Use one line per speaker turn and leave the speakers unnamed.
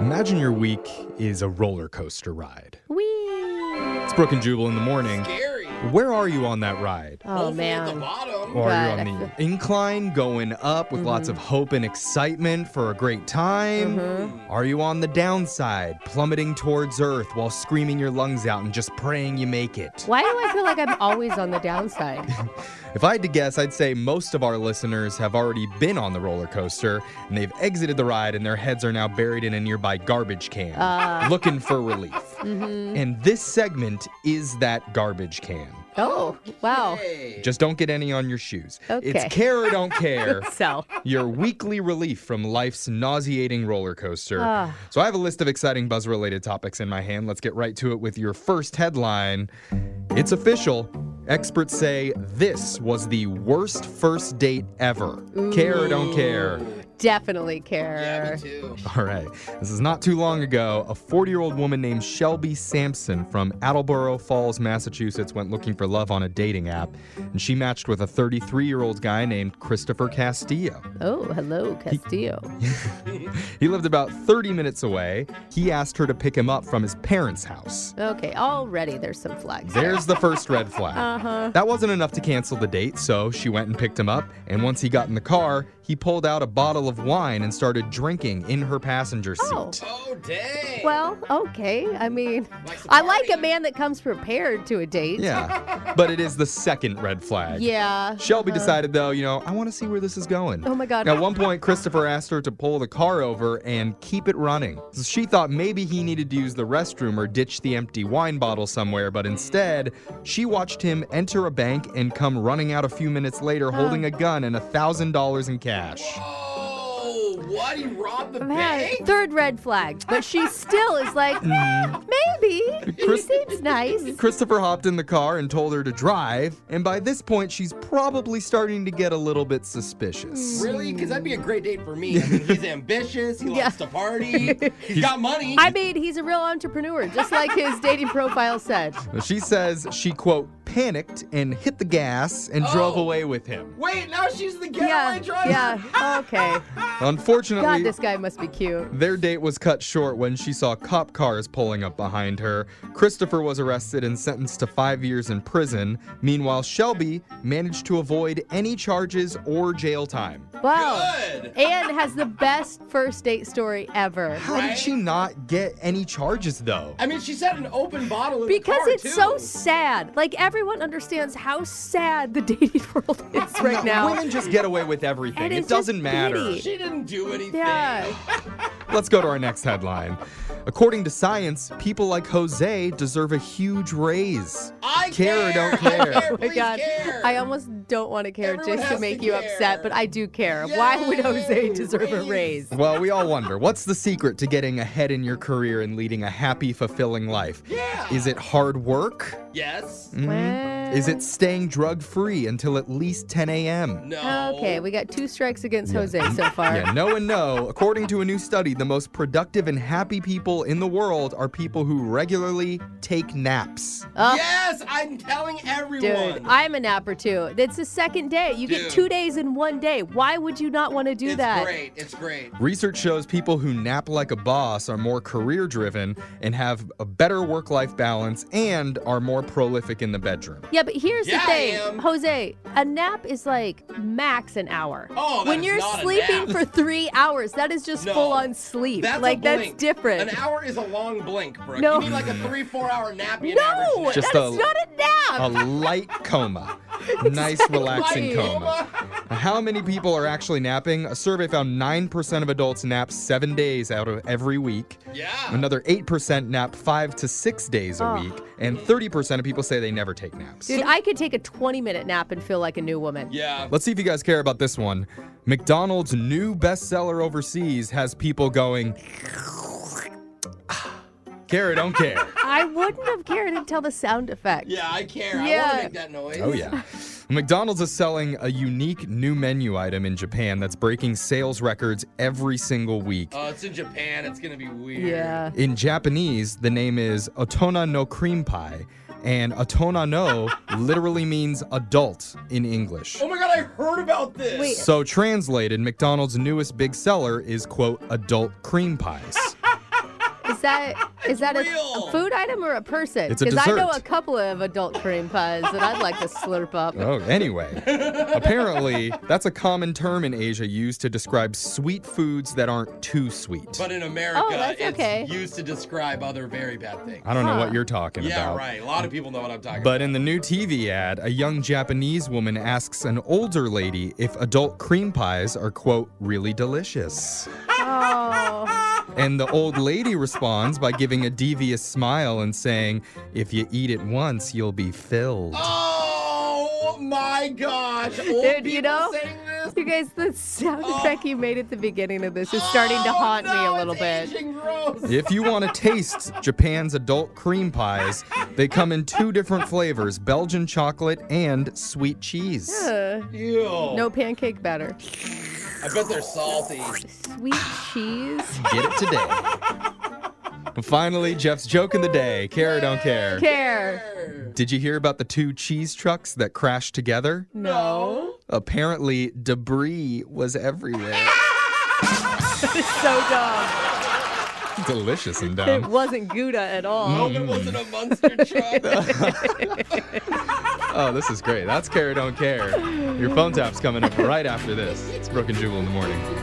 Imagine your week is a roller coaster ride.
Whee!
It's Brook and Jubal in the morning.
Scary.
Where are you on that ride?
Oh
Hopefully at the
man.
bottom.
Or are
God,
you
I
on the incline going up with lots of hope and excitement for a great time? Are you on the downside, plummeting towards earth while screaming your lungs out and just praying you make it?
Why do I feel like I'm always on the downside?
If I had to guess, I'd say most of our listeners have already been on the roller coaster and they've exited the ride and their heads are now buried in a nearby garbage can looking for relief. And this segment is that garbage can.
Oh, wow.
Hey.
Just don't get any on your shoes.
Okay.
It's care or don't care.
So,
your weekly relief from life's nauseating roller coaster.
Ah.
So I have a list of exciting buzz related topics in my hand. Let's get right to it with your first headline. It's official. Experts say this was the worst first date ever. Care or don't care.
definitely
Yeah,
care.
me too.
All right. This is not too long ago. A 40 year old woman named Shelby Sampson from Attleboro Falls, Massachusetts, went looking for love on a dating app. And she matched with a 33 year old guy named Christopher Castillo.
Oh, hello, Castillo.
He lived about 30 minutes away. He asked her to pick him up from his parents' house.
Okay, already there's some flags. Uh-huh.
There's the first red flag. That wasn't enough to cancel the date, so she went and picked him up. And once he got in the car, he pulled out a bottle of wine and started drinking in her passenger seat.
Oh.
Oh, dang.
Well, okay. I mean,
Likes to
I like a
party.
man that comes prepared to a date.
Yeah, but it is the second red flag.
Yeah.
Shelby decided, though, you know, I want to see where this is going.
Uh-huh. Oh my God.
At one point, Christopher asked her to pull the car over and keep it running. So she thought maybe he needed to use the restroom or ditch the empty wine bottle somewhere, but instead, she watched him enter a bank and come running out a few minutes later holding a gun and $1,000 in cash.
Oh, what? He robbed the
Man,
bank?
third red flag, but she still is like, "Eh, maybe. He
Chris-
seems nice.
Christopher hopped in the car and told her to drive, and by this point, she's probably starting to get a little bit suspicious.
Really? Because that'd be a great date for me. I mean, he's ambitious. He
Yeah.
likes to party. He's got money.
I mean, he's a real entrepreneur, just like his dating profile said.
She says she, quote, panicked and hit the gas and drove
Oh.
away with him.
Wait, now she's the
Yeah,
getaway driver.
yeah, okay.
Unfortunately,
God, this guy must be cute.
Their date was cut short when she saw cop cars pulling up behind her. Christopher was arrested and sentenced to five years in prison. Meanwhile, Shelby managed to avoid any charges or jail time.
Wow.
Good.
And has the best first date story ever.
How did
Right?
she not get any charges, though?
I mean, she said an open bottle in the
Because
car,
it's
too.
so sad. Like, everyone understands how sad the dating world is right
No,
now.
Women just get away with everything.
And
It
it's
doesn't
just
matter.
petty.
She didn't do anything.
Yeah. Oh
Let's go to our next headline. According to science, people like Jose deserve a huge raise.
I
Care or don't
I
care?
Oh my
please
God.
care.
I almost don't want to care
Everyone
just to
has
make
to
you
care.
upset, but I do care. Why would Jose
Yay,
deserve a raise?
raise.
Well, we all wonder what's the secret to getting ahead in your career and leading a happy, fulfilling life?
Yeah.
Is it hard work? Mm-hmm.
Yes.
Mm. Well,
Is it staying drug free until at least 10 a.m.?
No.
Okay, we got two strikes against Jose so far.
Yeah, no and no. According to a new study, the most productive and happy people in the world are people who regularly take naps.
Oh.
Yes, I'm telling
Dude,
everyone.
I'm a napper too. It's the second day. You get
Dude.
two days in one day. Why would you not want to do
it's
that?
great. It's great.
Research shows people who nap like a boss are more career driven and have a better work life balance and are more prolific in the bedroom.
Yeah, but here's
Yeah,
the
I
thing,
am.
Jose. A nap is like max an hour.
Oh, that
when
is
you're
not a
sleeping
nap.
for three hours, that is just
No.
full on sleep.
That's
like
a
that's
blink.
different.
An hour is a long blink, Brooke.
No.
You need like a three, four hour nap. you
no,
average
that's
Just
nap.
a-
not a nap.
A light coma. Nice, relaxing
Light
coma. How many people are actually napping? A survey found 9% of adults nap seven days out of every week.
Yeah.
Another 8% nap five to six days a
Ugh.
week. And 30% of people say they never take naps.
Dude, I could take a 20 minute nap and feel like a new woman.
Yeah.
Let's see if you guys care about this one. McDonald's new bestseller overseas has people going, care or don't care.
I wouldn't have cared until the sound effect.
Yeah, I care. I want
Yeah.
to make that noise.
Oh, yeah. McDonald's is selling a unique new menu item in Japan that's breaking sales records every single week.
Oh, it's in Japan. It's going to be weird.
Yeah.
In Japanese, the name is Otona no cream pie, and Otona no literally means adult in English.
Oh my God, I heard about this.
Wait.
So translated, McDonald's newest big seller is quote adult cream pies.
that is that a,
real.
a food item or a person?
It's a
Because I know
dessert.
a couple of adult cream pies that I'd like to slurp up.
Oh, anyway. Apparently, that's a common term in Asia used to describe sweet foods that aren't too sweet.
But in America,
Oh, that's
it's
okay.
used to describe other very bad things.
I don't know what
Huh.
you're talking
yeah,
about.
right. A lot of people know what I'm talking
But in the new TV ad, a young Japanese woman asks an older lady if adult cream pies are, quote, really delicious.
Oh.
And the old lady responds by giving a devious smile and saying, If you eat it once, you'll be filled.
about. Oh my gosh.
Dude,
Old people
you know,
saying this?
You guys, the sound
Oh.
effect you made at the beginning of this is starting to
Oh,
haunt me a
no,
little
it's
bit.
Aging gross.
If you want to taste Japan's adult cream pies, they come in two different flavors Belgian chocolate and sweet cheese.
Ugh.
Ew.
No pancake batter.
I bet they're salty.
Sweet cheese.
Get it today. And Finally, Jeff's joke of the day. Care or don't care?
Care.
Did you hear about the two cheese trucks that crashed together?
No.
Apparently, debris was everywhere.
So dumb.
Delicious and
It
dumb.
wasn't Gouda at all.
Mm.
Hope it wasn't a monster truck.
Oh, this is great. That's care or don't care. Your phone tap's coming up right after this. It's Brooke and Jubal in the morning.